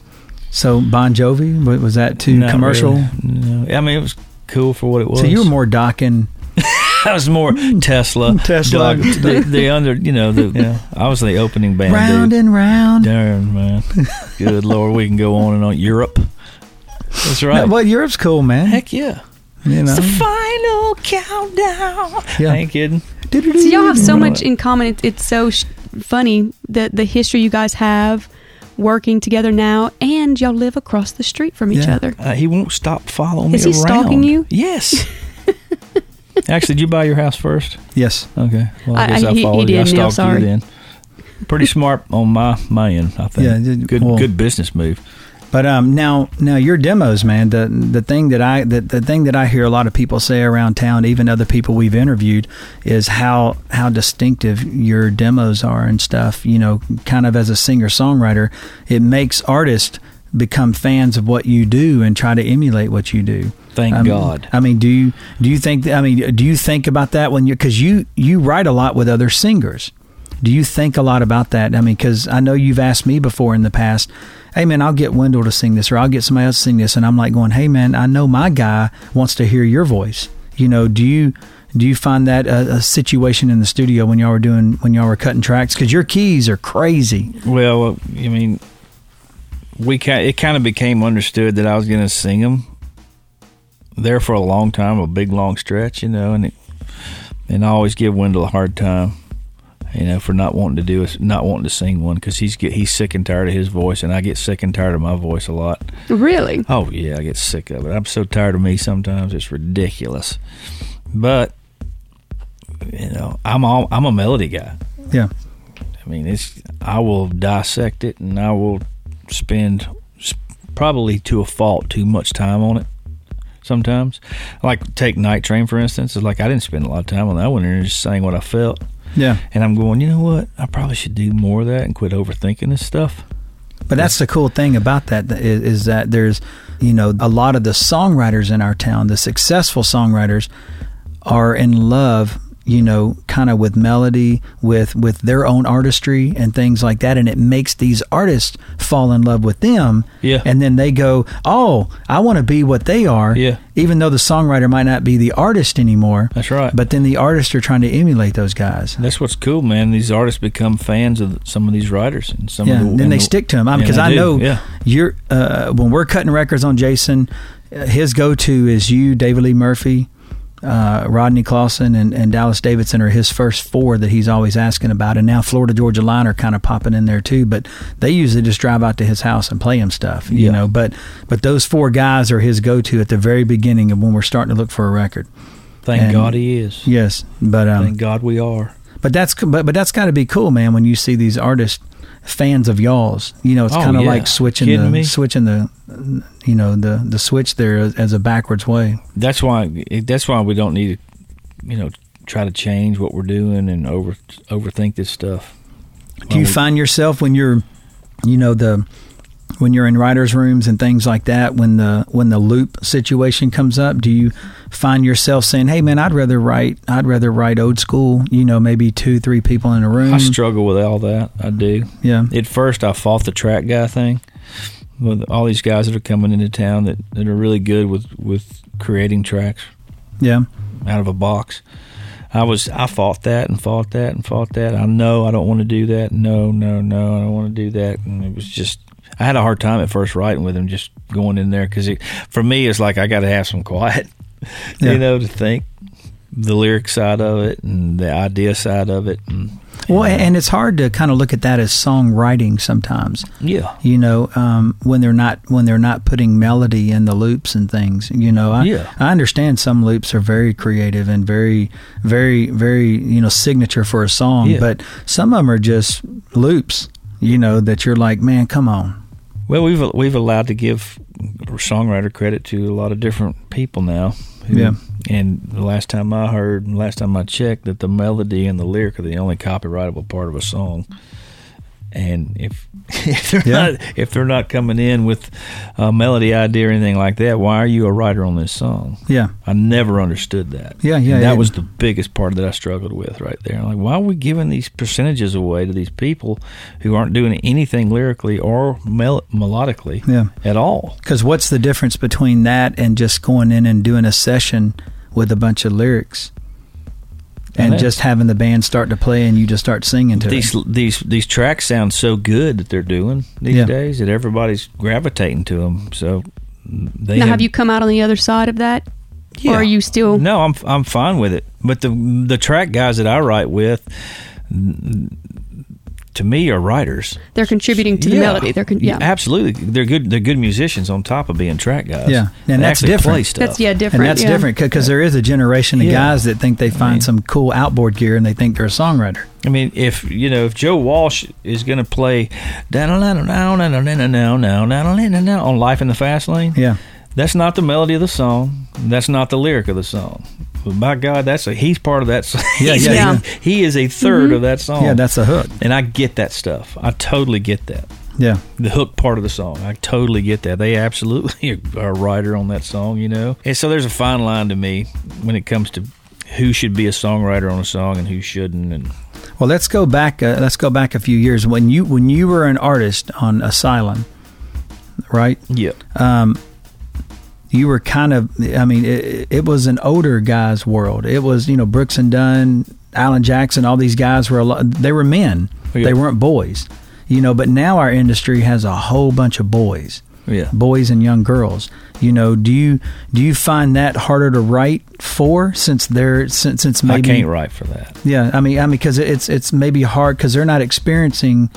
Speaker 3: So Bon Jovi wa- was that too
Speaker 6: not
Speaker 3: commercial?
Speaker 6: really. No. I mean, it was cool for what it was.
Speaker 3: So you were more docking.
Speaker 6: I was more Tesla.
Speaker 3: Tesla.
Speaker 6: Dog- the, the under, you know, the. You know, I was the opening band.
Speaker 3: round
Speaker 6: dude.
Speaker 3: and round.
Speaker 6: Darn man, good lord, we can go on and on. Europe. That's right.
Speaker 3: Well, Europe's cool, man.
Speaker 6: Heck yeah.
Speaker 3: you know.
Speaker 6: It's the final countdown.
Speaker 3: Yeah.
Speaker 6: I ain't kidding.
Speaker 5: So y'all have so much in common. It's, it's so sh- funny that the history you guys have working together now, and y'all live across the street from each
Speaker 3: Yeah.
Speaker 5: other.
Speaker 6: Uh, he won't stop following
Speaker 5: Is
Speaker 6: me
Speaker 5: he
Speaker 6: around.
Speaker 5: stalking you?
Speaker 6: Yes. Actually, did you buy your house first?
Speaker 3: Yes.
Speaker 6: Okay. Well, I
Speaker 5: I-
Speaker 6: guess I,
Speaker 5: he- he
Speaker 6: followed you. I
Speaker 5: did, Neil,
Speaker 6: stalked
Speaker 5: sorry.
Speaker 6: you then. Pretty smart on my my end, I think.
Speaker 3: Yeah, did-
Speaker 6: good
Speaker 3: well-
Speaker 6: good business move.
Speaker 3: But um, now, now your demos, man. The the thing that I the, the thing that I hear a lot of people say around town, even other people we've interviewed, is how how distinctive your demos are and stuff. You know, kind of as a singer songwriter, it makes artists become fans of what you do and try to emulate what you do.
Speaker 6: Thank
Speaker 3: Um,
Speaker 6: God.
Speaker 3: I mean, do you do you think? I mean, do you think about that when you because you you write a lot with other singers. Do you think a lot about that? I mean, because I know you've asked me before in the past. Hey man, I'll get Wendell to sing this, or I'll get somebody else to sing this, and I'm like going, Hey man, I know my guy wants to hear your voice. You know, do you Do you find that a, a situation in the studio when y'all were doing when y'all were cutting tracks? Because your keys are crazy.
Speaker 6: Well, uh, I mean, we ki it kind of became understood that I was going to sing them there for a long time, a big long stretch, you know, and it, and I always give Wendell a hard time, you know, for not wanting to do it, not wanting to sing one because he's get he's sick and tired of his voice, and I get sick and tired of my voice a lot.
Speaker 7: Really?
Speaker 6: Oh yeah, I get sick of it. I'm so tired of me sometimes. It's ridiculous, but you know, I'm all I'm a melody guy.
Speaker 3: Yeah.
Speaker 6: I mean, it's I will dissect it and I will spend s- probably to a fault too much time on it. Sometimes, like take Night Train for instance, it's like I didn't spend a lot of time on that one and just sang what I felt.
Speaker 3: Yeah.
Speaker 6: And I'm going, you know what? I probably should do more of that and quit overthinking this stuff.
Speaker 3: But that's the cool thing about that th- is, is that there's, you know, a lot of the songwriters in our town, the successful songwriters, are in love, you know, kind of with melody, with with their own artistry and things like that, and it makes these artists fall in love with them.
Speaker 6: Yeah.
Speaker 3: And then they go, oh, I want to be what they are.
Speaker 6: Yeah.
Speaker 3: Even though the songwriter might not be the artist anymore.
Speaker 6: That's right.
Speaker 3: But then the artists are trying to emulate those guys.
Speaker 6: That's what's cool, man. These artists become fans of some of these writers and some.
Speaker 3: Yeah,
Speaker 6: of the,
Speaker 3: then
Speaker 6: and
Speaker 3: they
Speaker 6: the-
Speaker 3: stick to him
Speaker 6: Yeah,
Speaker 3: because
Speaker 6: they
Speaker 3: I
Speaker 6: do.
Speaker 3: know
Speaker 6: Yeah.
Speaker 3: you're uh, when we're cutting records on Jason, uh, his go-to is you, David Lee Murphy, uh, Rodney Clausen, and, and Dallas Davidson are his first four that he's always asking about, and now Florida Georgia Line are kind of popping in there too. But they usually just drive out to his house and play him stuff, you
Speaker 6: Yeah.
Speaker 3: know. But but those four guys are his go-to at the very beginning of when we're starting to look for a record.
Speaker 6: Thank
Speaker 3: and-
Speaker 6: God he is.
Speaker 3: Yes, but um,
Speaker 6: Thank God we are.
Speaker 3: but that's but but that's got to be cool, man. When you see these artists, fans of y'all's, you know, it's
Speaker 6: Oh,
Speaker 3: kind of
Speaker 6: yeah.
Speaker 3: like switching
Speaker 6: Kidding
Speaker 3: the
Speaker 6: me?
Speaker 3: switching the, you know, the the switch there as, as a backwards way.
Speaker 6: that's why that's why we don't need to you know try to change what we're doing and over overthink this stuff
Speaker 3: Do you
Speaker 6: Well,
Speaker 3: find yourself when you're, you know, the when you're in writers' rooms and things like that, when the when the loop situation comes up, do you find yourself saying, "Hey, man, I'd rather write, I'd rather write old school," you know, maybe two, three people in a room.
Speaker 6: i struggle with all that i do
Speaker 3: yeah,
Speaker 6: at first i fought the track guy thing with all these guys that are coming into town that, that are really good with with creating tracks
Speaker 3: yeah,
Speaker 6: out of a box i was i fought that and fought that and fought that i know i don't want to do that no no no i don't want to do that and it was just i had a hard time at first writing with him just going in there because for me it's like i got to have some quiet
Speaker 3: Yeah.
Speaker 6: you know, to think the lyric side of it and the idea side of it. And,
Speaker 3: Well, and and it's hard to kind of look at that as songwriting sometimes.
Speaker 6: yeah.
Speaker 3: you know um, when they're not when they're not putting melody in the loops and things you know I,
Speaker 6: Yeah.
Speaker 3: I understand some loops are very creative and very very very you know signature for a song
Speaker 6: Yeah.
Speaker 3: but some of them are just loops you know that you're like man come on
Speaker 6: Well, we've we've allowed to give songwriter credit to a lot of different people now. who-
Speaker 3: Yeah.
Speaker 6: And the last time I heard, and last time I checked, that the melody and the lyric are the only copyrightable part of a song. And if if they're
Speaker 3: Yeah.
Speaker 6: not if they're not coming in with a melody idea or anything like that, why are you a writer on this song?
Speaker 3: yeah
Speaker 6: I never understood that.
Speaker 3: Yeah, yeah,
Speaker 6: And
Speaker 3: yeah.
Speaker 6: that was the biggest part that I struggled with right there. Like, why are we giving these percentages away to these people who aren't doing anything lyrically or mel- melodically
Speaker 3: Yeah.
Speaker 6: at all?
Speaker 3: because what's the difference between that and just going in and doing a session with a bunch of lyrics and
Speaker 6: Yeah.
Speaker 3: just having the band start to play and you just start singing to
Speaker 6: These
Speaker 3: it
Speaker 6: these these tracks sound so good that they're doing these
Speaker 3: Yeah.
Speaker 6: days that everybody's gravitating to them. So they
Speaker 7: Now, have you come out on the other side of that? Or are you still?
Speaker 6: No, I'm I'm fine with it. But the the track guys that I write with, to me, are writers.
Speaker 7: They're contributing to the melody. They're con- yeah.
Speaker 6: absolutely. They're good. They're good musicians on top of being track guys.
Speaker 3: Yeah. And
Speaker 6: They
Speaker 3: that's
Speaker 6: actually
Speaker 3: different.
Speaker 6: play stuff.
Speaker 7: That's yeah different.
Speaker 3: and that's
Speaker 7: yeah.
Speaker 3: different because there is a generation of
Speaker 6: Yeah.
Speaker 3: guys that think they find
Speaker 6: mean-
Speaker 3: some cool outboard gear and they think they're a songwriter.
Speaker 6: I mean, if you know, if Joe Walsh is going to play down down down down down down down down down down on "Life in the Fast Lane,"
Speaker 3: Yeah.
Speaker 6: that's not the melody of the song. That's not the lyric of the song. But by God, that's a he's part of that. Song.
Speaker 3: Yeah,
Speaker 6: He's-
Speaker 3: yeah,
Speaker 7: yeah.
Speaker 6: He is a 3rd of that song.
Speaker 3: Yeah, that's the hook.
Speaker 6: and I get that stuff. I totally get that.
Speaker 3: Yeah.
Speaker 6: the hook part of the song. I totally get that. They absolutely are a writer on that song, you know. And so there's a fine line to me when it comes to who should be a songwriter on a song and who shouldn't. And
Speaker 3: Well, let's go back. Uh, let's go back a few years when you when you were an artist on Asylum, right?
Speaker 6: yeah,
Speaker 3: you were kind of, I mean, it, it was an older guy's world. It was, you know, Brooks and Dunn, Alan Jackson, all these guys were a lot, they were men.
Speaker 6: Oh, Yeah.
Speaker 3: They weren't boys, you know, but now our industry has a whole bunch of boys.
Speaker 6: Yeah.
Speaker 3: Boys and young girls, you know, do you do you find that harder to write for since they're since since maybe
Speaker 6: I can't write for that.
Speaker 3: yeah, I mean, I mean, because it's it's maybe hard because they're not experiencing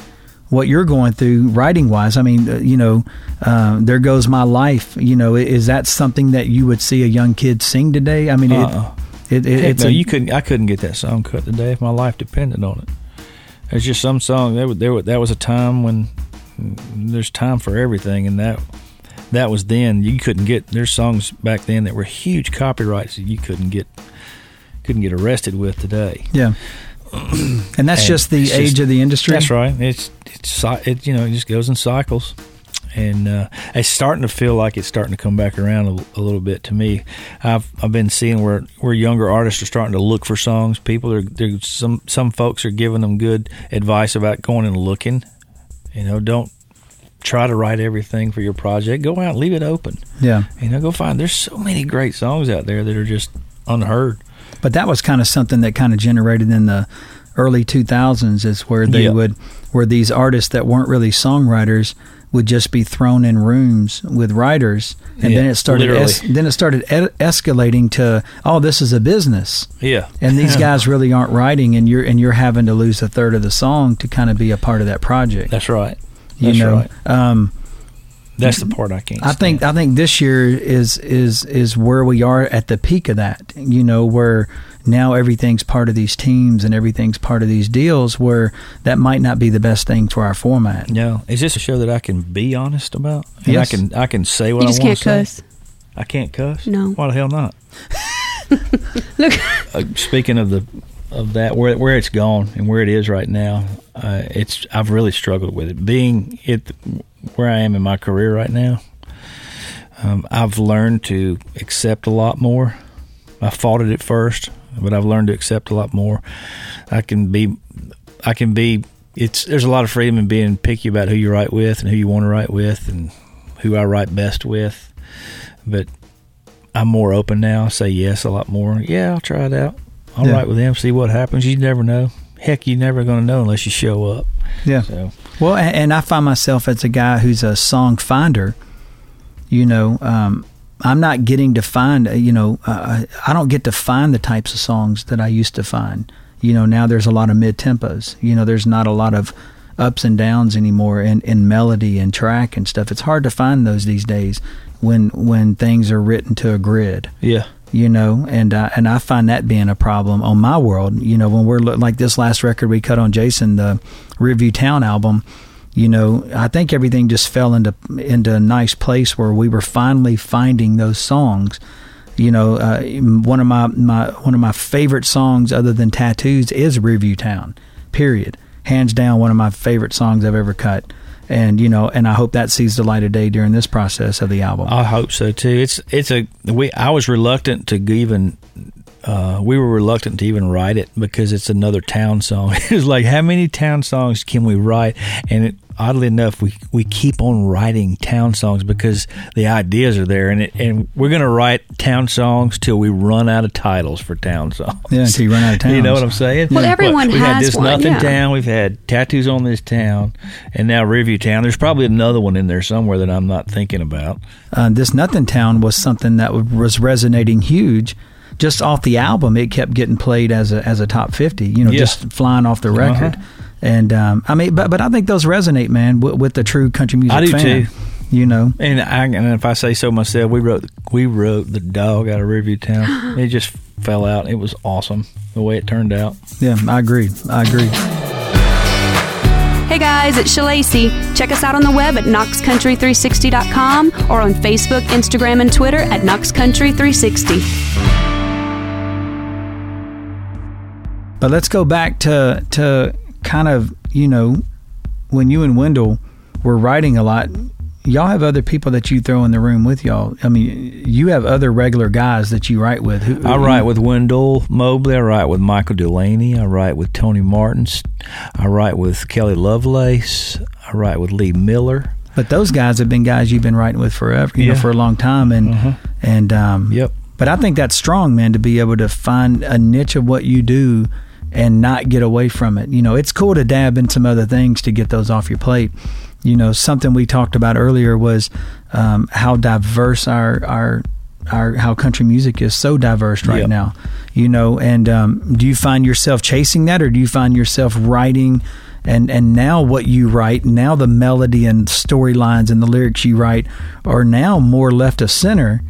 Speaker 3: what you're going through writing wise. I mean, uh, you know, um, there goes my life. You know, i- is that something that you would see a young kid sing today? I mean, it-
Speaker 6: Uh-uh.
Speaker 3: it, it, it's
Speaker 6: no,
Speaker 3: a,
Speaker 6: you couldn't. I couldn't get that song cut today if my life depended on it. It's just some song. There, wa- there, wa- that was a time when mm, there's time for everything, and that that was then. You couldn't get there's songs back then that were huge copyrights that you couldn't get couldn't get arrested with today.
Speaker 3: yeah. And that's
Speaker 6: And
Speaker 3: just the
Speaker 6: it's
Speaker 3: age
Speaker 6: just-
Speaker 3: of the industry.
Speaker 6: That's right. It's it's cy- it you know it just goes in cycles, and uh, it's starting to feel like it's starting to come back around a, a little bit to me. I've I've been seeing where where younger artists are starting to look for songs. People are there some some folks are giving them good advice about going and looking. You know, don't try to write everything for your project. Go out, leave it open.
Speaker 3: Yeah.
Speaker 6: You know, go find. There's so many great songs out there that are just unheard.
Speaker 3: But that was kind of something that kind of generated in the early 2000s is where they
Speaker 6: Yeah.
Speaker 3: would where these artists that weren't really songwriters would just be thrown in rooms with writers and then
Speaker 6: Yeah,
Speaker 3: it started
Speaker 6: literally.
Speaker 3: es- then it started e- escalating to oh this is a business
Speaker 6: Yeah,
Speaker 3: and these guys really aren't writing and you're and you're having to lose a third of the song to kind of be a part of that project
Speaker 6: that's right.
Speaker 3: you
Speaker 6: That's
Speaker 3: know
Speaker 6: right.
Speaker 3: um
Speaker 6: That's the part I can't.
Speaker 3: I think I think this year is is is where we are at the peak of that. You know, where now everything's part of these teams and everything's part of these deals. Where that might not be the best thing for our format.
Speaker 6: No, is this a show that I can be honest about? And
Speaker 3: Yes.
Speaker 6: I can I can say what
Speaker 5: You
Speaker 6: I
Speaker 5: just can't
Speaker 6: want to say.
Speaker 5: cuss.
Speaker 6: I can't cuss.
Speaker 5: No.
Speaker 6: why the hell not?
Speaker 5: Look,
Speaker 6: Uh, speaking of the of that where where it's gone and where it is right now, uh, it's I've really struggled with it. Being it where I am in my career right now, um, I've learned to accept a lot more. I fought it at first, but I've learned to accept a lot more. I can be, I can be. It's there's a lot of freedom in being picky about who you write with and who you want to write with and who I write best with. But I'm more open now. I say yes a lot more. Yeah, I'll try it out. I'll
Speaker 3: Yeah.
Speaker 6: write with them, see what happens. You never know. Heck, you're never going to know unless you show up.
Speaker 3: Yeah.
Speaker 6: So
Speaker 3: Well, a- and I find myself as a guy who's a song finder. You know, um, I'm not getting to find. uh, You know, uh, I don't get to find the types of songs that I used to find. You know, now there's a lot of mid tempos. You know, there's not a lot of ups and downs anymore in, in melody and track and stuff. It's hard to find those these days when when things are written to a grid
Speaker 6: yeah,
Speaker 3: you know, and uh, and I find that being a problem on my world. You know, when we're lo- like this last record we cut on Jason, the Review Town album. You know, I think everything just fell into into a nice place where we were finally finding those songs. You know, uh, one of my, my one of my favorite songs other than tattoos is Review Town. Period. Hands down, one of my favorite songs I've ever cut. And you know, and I hope that sees the light of day during this process of the album.
Speaker 6: I hope so too. It's it's a we. I was reluctant to even. Uh, we were reluctant to even write it because it's another town song. it was like, how many town songs can we write? And it, oddly enough, we we keep on writing town songs because the ideas are there, and it, and we're gonna write town songs till we run out of titles for town songs.
Speaker 3: Yeah, until you run out of
Speaker 6: You know
Speaker 3: towns.
Speaker 6: what I'm saying?
Speaker 5: Well, everyone
Speaker 6: we've had
Speaker 5: has
Speaker 6: this
Speaker 5: one,
Speaker 6: nothing
Speaker 5: yeah.
Speaker 6: town. We've had tattoos on this town, and now Review Town. There's probably another one in there somewhere that I'm not thinking about.
Speaker 3: uh, this Nothing Town was something that was resonating huge. Just off the album, it kept getting played as a as a top fifty. You know,
Speaker 6: Yeah. Uh-huh.
Speaker 3: just flying off the record. And um, I mean, but but I think those resonate, man, with, with the true country music
Speaker 6: I do
Speaker 3: fan.
Speaker 6: too.
Speaker 3: You know,
Speaker 6: And I, and if I say so myself, we wrote we wrote the dog out of Riverview Town. it just fell out. It was awesome the way it turned out.
Speaker 3: yeah, I agree, I agree.
Speaker 7: Hey guys, it's Shalacy. Check us out on the web at knoxcountry360.com or on Facebook, Instagram, and Twitter at knoxcountry360.
Speaker 3: But let's go back to to kind of you know when you and Wendell were writing a lot. Y'all have other people that you throw in the room with y'all. I mean, you have other regular guys that you write with. Who,
Speaker 6: I write with Wendell Mobley. I write with Michael Delaney. I write with Tony Martins. I write with Kelly Lovelace. I write with Lee Miller.
Speaker 3: But those guys have been guys you've been writing with forever, you
Speaker 6: Yeah. Mm-hmm.
Speaker 3: know, for a long time, and And um,
Speaker 6: Yep.
Speaker 3: But I think that's strong, man, to be able to find a niche of what you do and not get away from it. You know, it's cool to dab in some other things to get those off your plate. You know, something we talked about earlier was um, how diverse our our our how country music is so diverse right
Speaker 6: Yep.
Speaker 3: now. You know, and um, do you find yourself chasing that, or do you find yourself writing? And, and now what you write now the melody and storylines and the lyrics you write are now more left of center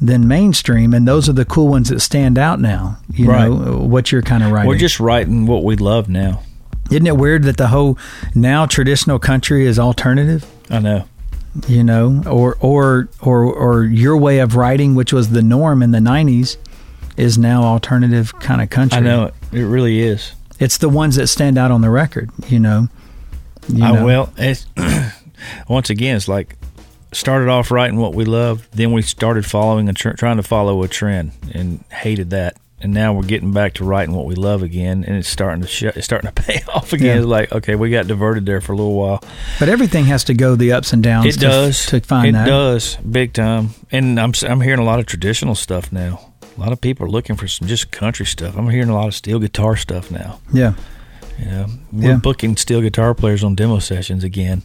Speaker 3: than mainstream and those are the cool ones that stand out now you
Speaker 6: Right.
Speaker 3: know what you're kind of writing
Speaker 6: We're just writing what we love now.
Speaker 3: isn't it weird that the whole now traditional country is alternative
Speaker 6: I know.
Speaker 3: you know or or or or your way of writing which was the norm in the 90s is now alternative kind of country
Speaker 6: I know it. It really is.
Speaker 3: it's the ones that stand out on the record you know, you
Speaker 6: I,
Speaker 3: know?
Speaker 6: well, it's once again, it's like started off writing what we loved, then we started following a tr- trying to follow a trend and hated that, and now we're getting back to writing what we love again, and it's starting to sh- it's starting to pay off again.
Speaker 3: Yeah.
Speaker 6: It's like okay, we got diverted there for a little while.
Speaker 3: but everything has to go the ups and downs
Speaker 6: It
Speaker 3: to,
Speaker 6: does
Speaker 3: to find
Speaker 6: it
Speaker 3: that
Speaker 6: does big time, and I'm s- I'm hearing a lot of traditional stuff now. A lot of people are looking for some just country stuff. I'm hearing a lot of steel guitar stuff now.
Speaker 3: yeah
Speaker 6: You know, we're
Speaker 3: Yeah.
Speaker 6: booking steel guitar players on demo sessions again.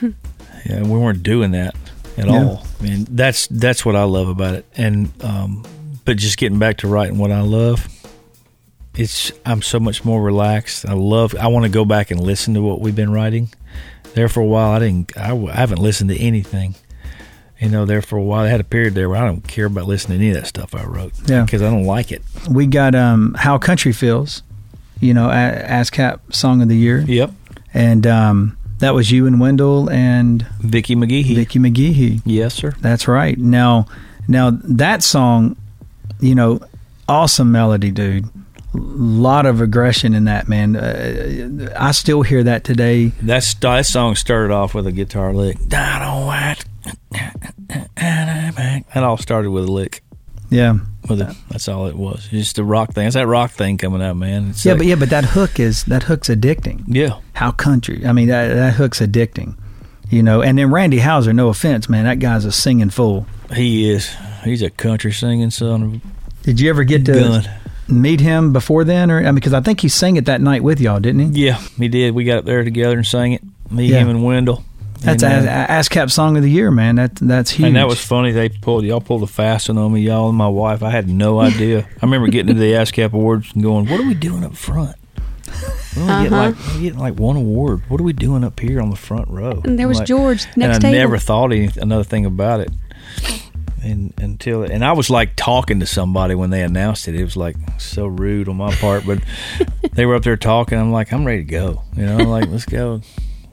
Speaker 6: yeah, we weren't doing that at
Speaker 3: Yeah.
Speaker 6: all. I mean, that's that's what I love about it. And um, but just getting back to writing what I love, it's I'm so much more relaxed. I love. I want to go back and listen to what we've been writing. There for a while, I didn't. I, w- I haven't listened to anything. You know, there for a while, I had a period there where I don't care about listening to any of that stuff I wrote.
Speaker 3: Yeah.
Speaker 6: because I don't like it.
Speaker 3: we got um how country feels you know a- ASCAP song of the year
Speaker 6: Yep.
Speaker 3: and um, that was you and Wendell and
Speaker 6: Vicky McGee.
Speaker 3: Vicky McGeehee.
Speaker 6: Yes, sir.
Speaker 3: That's right. Now, now that song, you know, awesome melody, dude. Lot of aggression in that man. Uh, I still hear that today.
Speaker 6: That, st- that song started off with a guitar lick. I don't want. That all started with a lick.
Speaker 3: Yeah,
Speaker 6: With a, that's all it was. It's just a rock thing. It's that rock thing coming out, man. It's
Speaker 3: yeah,
Speaker 6: like-
Speaker 3: but yeah, but that hook is that hook's addicting.
Speaker 6: yeah,
Speaker 3: How country? I mean, that, that hook's addicting. You know, and then Randy Hauser. No offense, man. That guy's a singing fool.
Speaker 6: he is. He's a country singing son
Speaker 3: Did you ever get to
Speaker 6: of a gun.
Speaker 3: meet him before then, or I mean, because I think he sang it that night with y'all, didn't he?
Speaker 6: Yeah, he did. We got up there together and sang it. Me,
Speaker 3: Yeah.
Speaker 6: him, and Wendell.
Speaker 3: That's
Speaker 6: and,
Speaker 3: a,
Speaker 6: uh,
Speaker 3: a- ASCAP song of the year, man. That that's huge.
Speaker 6: And that was funny. They pulled y'all pulled a fast one on me. Y'all and my wife. I had no idea. I remember getting to the ASCAP awards and going, "What are we doing up front? We only
Speaker 5: Uh-huh.
Speaker 6: get like we getting like one award. What are we doing up here on the front row?"
Speaker 5: And there was
Speaker 6: Like-
Speaker 5: George
Speaker 6: and I
Speaker 5: next table.
Speaker 6: never thought any, another thing about it. And until and I was like talking to somebody when they announced it. It was like so rude on my part, but they were up there talking. I'm like, I'm ready to go. You know, I'm like let's go.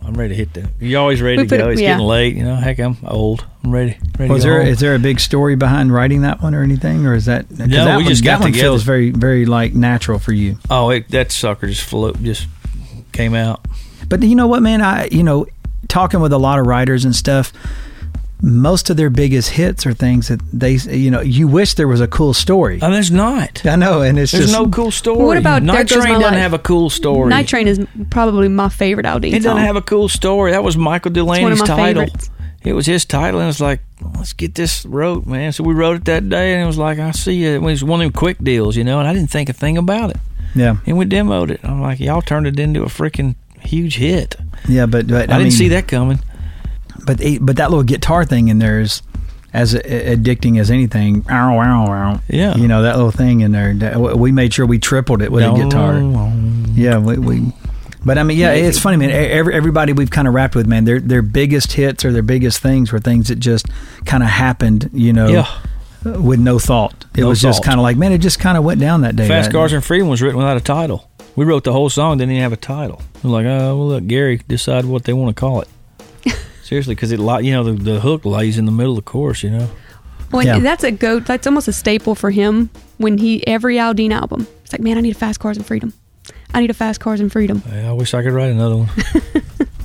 Speaker 6: I'm ready to hit the. You always ready
Speaker 5: We
Speaker 6: to
Speaker 5: put
Speaker 6: go.
Speaker 5: it-
Speaker 6: It's
Speaker 5: yeah.
Speaker 6: getting late. You know, heck, I'm old. I'm ready. ready
Speaker 3: Was
Speaker 6: to go
Speaker 3: there
Speaker 6: home.
Speaker 3: is there a big story behind writing that one or anything, or is that 'cause
Speaker 6: No,
Speaker 3: That
Speaker 6: we
Speaker 3: one,
Speaker 6: just
Speaker 3: that
Speaker 6: got
Speaker 3: one
Speaker 6: together.
Speaker 3: feels very very like natural for you.
Speaker 6: Oh, it, that sucker just flew, just came out.
Speaker 3: But you know what, man? I you know talking with a lot of writers and stuff. Most of their biggest hits are things that they you know you wish there was a cool story.
Speaker 6: Oh, there's not.
Speaker 3: I know, and it's
Speaker 6: There's
Speaker 3: just
Speaker 6: no cool story.
Speaker 5: What about There
Speaker 6: Night
Speaker 5: Goes
Speaker 6: Train?
Speaker 5: My
Speaker 6: Doesn't
Speaker 5: Life?
Speaker 6: have a cool story.
Speaker 5: Night Train is probably my favorite Aldine
Speaker 6: It
Speaker 5: song.
Speaker 6: doesn't have a cool story. That was Michael
Speaker 5: one of
Speaker 6: Delaney's
Speaker 5: my
Speaker 6: title.
Speaker 5: favorites.
Speaker 6: It was his title, and it's like, let's get this wrote, man. So we wrote it that day, and it was like, I see it. It was one of them quick deals, you know, and I didn't think a thing about it.
Speaker 3: yeah
Speaker 6: And we demoed it. I'm like, y'all turned it into a freaking huge hit.
Speaker 3: yeah. But, but
Speaker 6: I, didn't
Speaker 3: mean,
Speaker 6: see that coming.
Speaker 3: But eh, but that little guitar thing in there is as a- addicting as anything. Ow, ow, ow.
Speaker 6: Yeah.
Speaker 3: you know that little thing in there. that- We made sure we tripled it with a guitar. Yeah, we, we but I mean, yeah, it's funny, man. E- Every, everybody we've kind of rapped with, man, their their biggest hits or their biggest things were things that just kind of happened, you know,
Speaker 6: Yeah.
Speaker 3: with no thought. It
Speaker 6: No
Speaker 3: was just
Speaker 6: thought.
Speaker 3: kind of like, man, it just kind of went down that day.
Speaker 6: Fast
Speaker 3: That-
Speaker 6: Cars and Freedom was written without a title. We wrote the whole song, didn't even have a title. We're like, oh, well, let Gary decide what they want to call it. Seriously, because it, li- you know, the, the hook lays in the middle of the chorus, you know.
Speaker 5: Well,
Speaker 3: Yeah.
Speaker 5: that's a go. That's almost a staple for him when he every Aldine album. It's like, man, I need a Fast Cars and Freedom. I need a Fast Cars and Freedom.
Speaker 6: Hey, I wish I could write another one.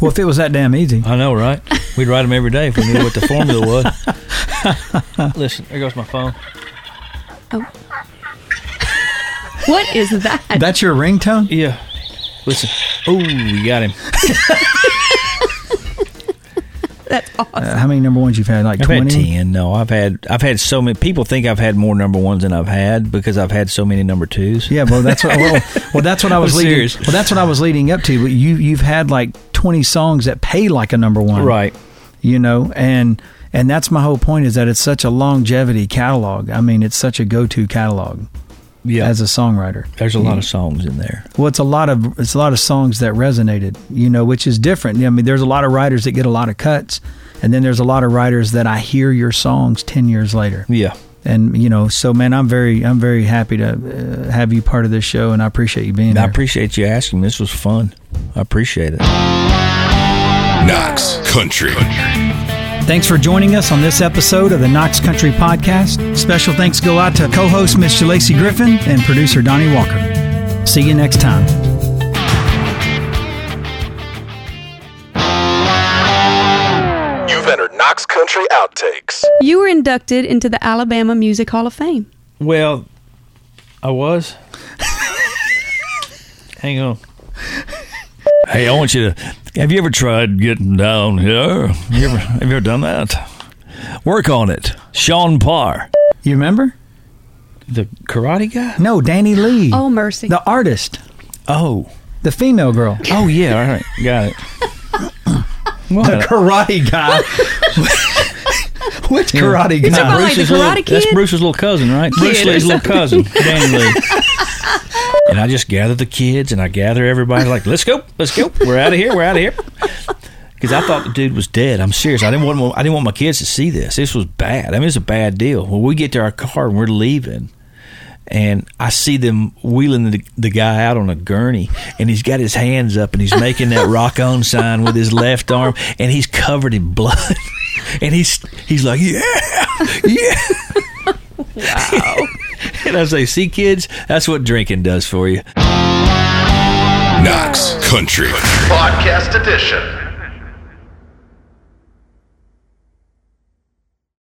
Speaker 3: Well, if it was that damn easy,
Speaker 6: I know, right? We'd write them every day if we knew what the formula was. Listen, there goes my phone.
Speaker 5: What is that?
Speaker 3: that's your ringtone.
Speaker 6: Yeah. Listen. Oh, you got him.
Speaker 5: That's awesome.
Speaker 3: Uh, how many number ones you've had? Like
Speaker 6: I've
Speaker 3: 20?
Speaker 6: had ten. No, I've had I've had so many. People think I've had more number ones than I've had because I've had so many number twos.
Speaker 3: Yeah, well, that's what, well, well, that's what I was
Speaker 6: I'm
Speaker 3: leading.
Speaker 6: serious.
Speaker 3: Well, that's what I was leading up to. But you, you've had like twenty songs that pay like a number one,
Speaker 6: Right.
Speaker 3: You know, and and that's my whole point is that it's such a longevity catalog. I mean, it's such a go-to catalog
Speaker 6: Yeah. Mm.
Speaker 3: as a songwriter.
Speaker 6: There's a lot of songs in there.
Speaker 3: Well, it's a lot of it's a lot of songs that resonated, you know, which is different. I mean, there's a lot of writers that get a lot of cuts, and then there's a lot of writers that I hear your songs ten years later.
Speaker 6: Yeah.
Speaker 3: And you know, so man, I'm very I'm very happy to uh, have you part of this show, and I appreciate you being
Speaker 6: And I
Speaker 3: here.
Speaker 6: appreciate you asking. This was fun. I appreciate it.
Speaker 1: Knox Country.
Speaker 3: Thanks for joining us on this episode of the Knox Country Podcast. Special thanks go out to co host Miss Lacey Griffin and producer Donnie Walker. See you next time.
Speaker 1: You've entered Knox Country Outtakes.
Speaker 5: You were inducted into the Alabama Music Hall of Fame.
Speaker 6: Well, I was. Hang on. Hey, I want you to. Have you ever tried getting down here? You ever, have you ever done that? Work on it, Sean Parr,
Speaker 3: You remember?
Speaker 6: the karate guy.
Speaker 3: No, Danny Lee.
Speaker 5: Oh, mercy.
Speaker 3: The artist,
Speaker 6: Oh,
Speaker 3: the female girl,
Speaker 6: oh yeah. All right, got it.
Speaker 3: the karate guy. Which karate
Speaker 5: You're talking
Speaker 3: guy?
Speaker 5: about like the
Speaker 6: Bruce's
Speaker 5: Karate
Speaker 6: little, That's
Speaker 5: Kid?
Speaker 6: Bruce's little cousin, right? Bruce Lee's little cousin, Danny Lee. and I just gather the kids and I gather everybody like, let's go, let's go. We're out of here. We're out of here. Because I thought the dude was dead. I'm serious. I didn't want I didn't want my kids to see this. This was bad. I mean, it's a bad deal. When we get to our car and we're leaving, and I see them wheeling the, the guy out on a gurney, and he's got his hands up and he's making that rock on sign with his left arm, and he's covered in blood, and he's he's like, yeah, yeah. Wow. and I say, see, kids, that's what drinking does for you.
Speaker 1: Knox Country.
Speaker 2: Podcast Edition.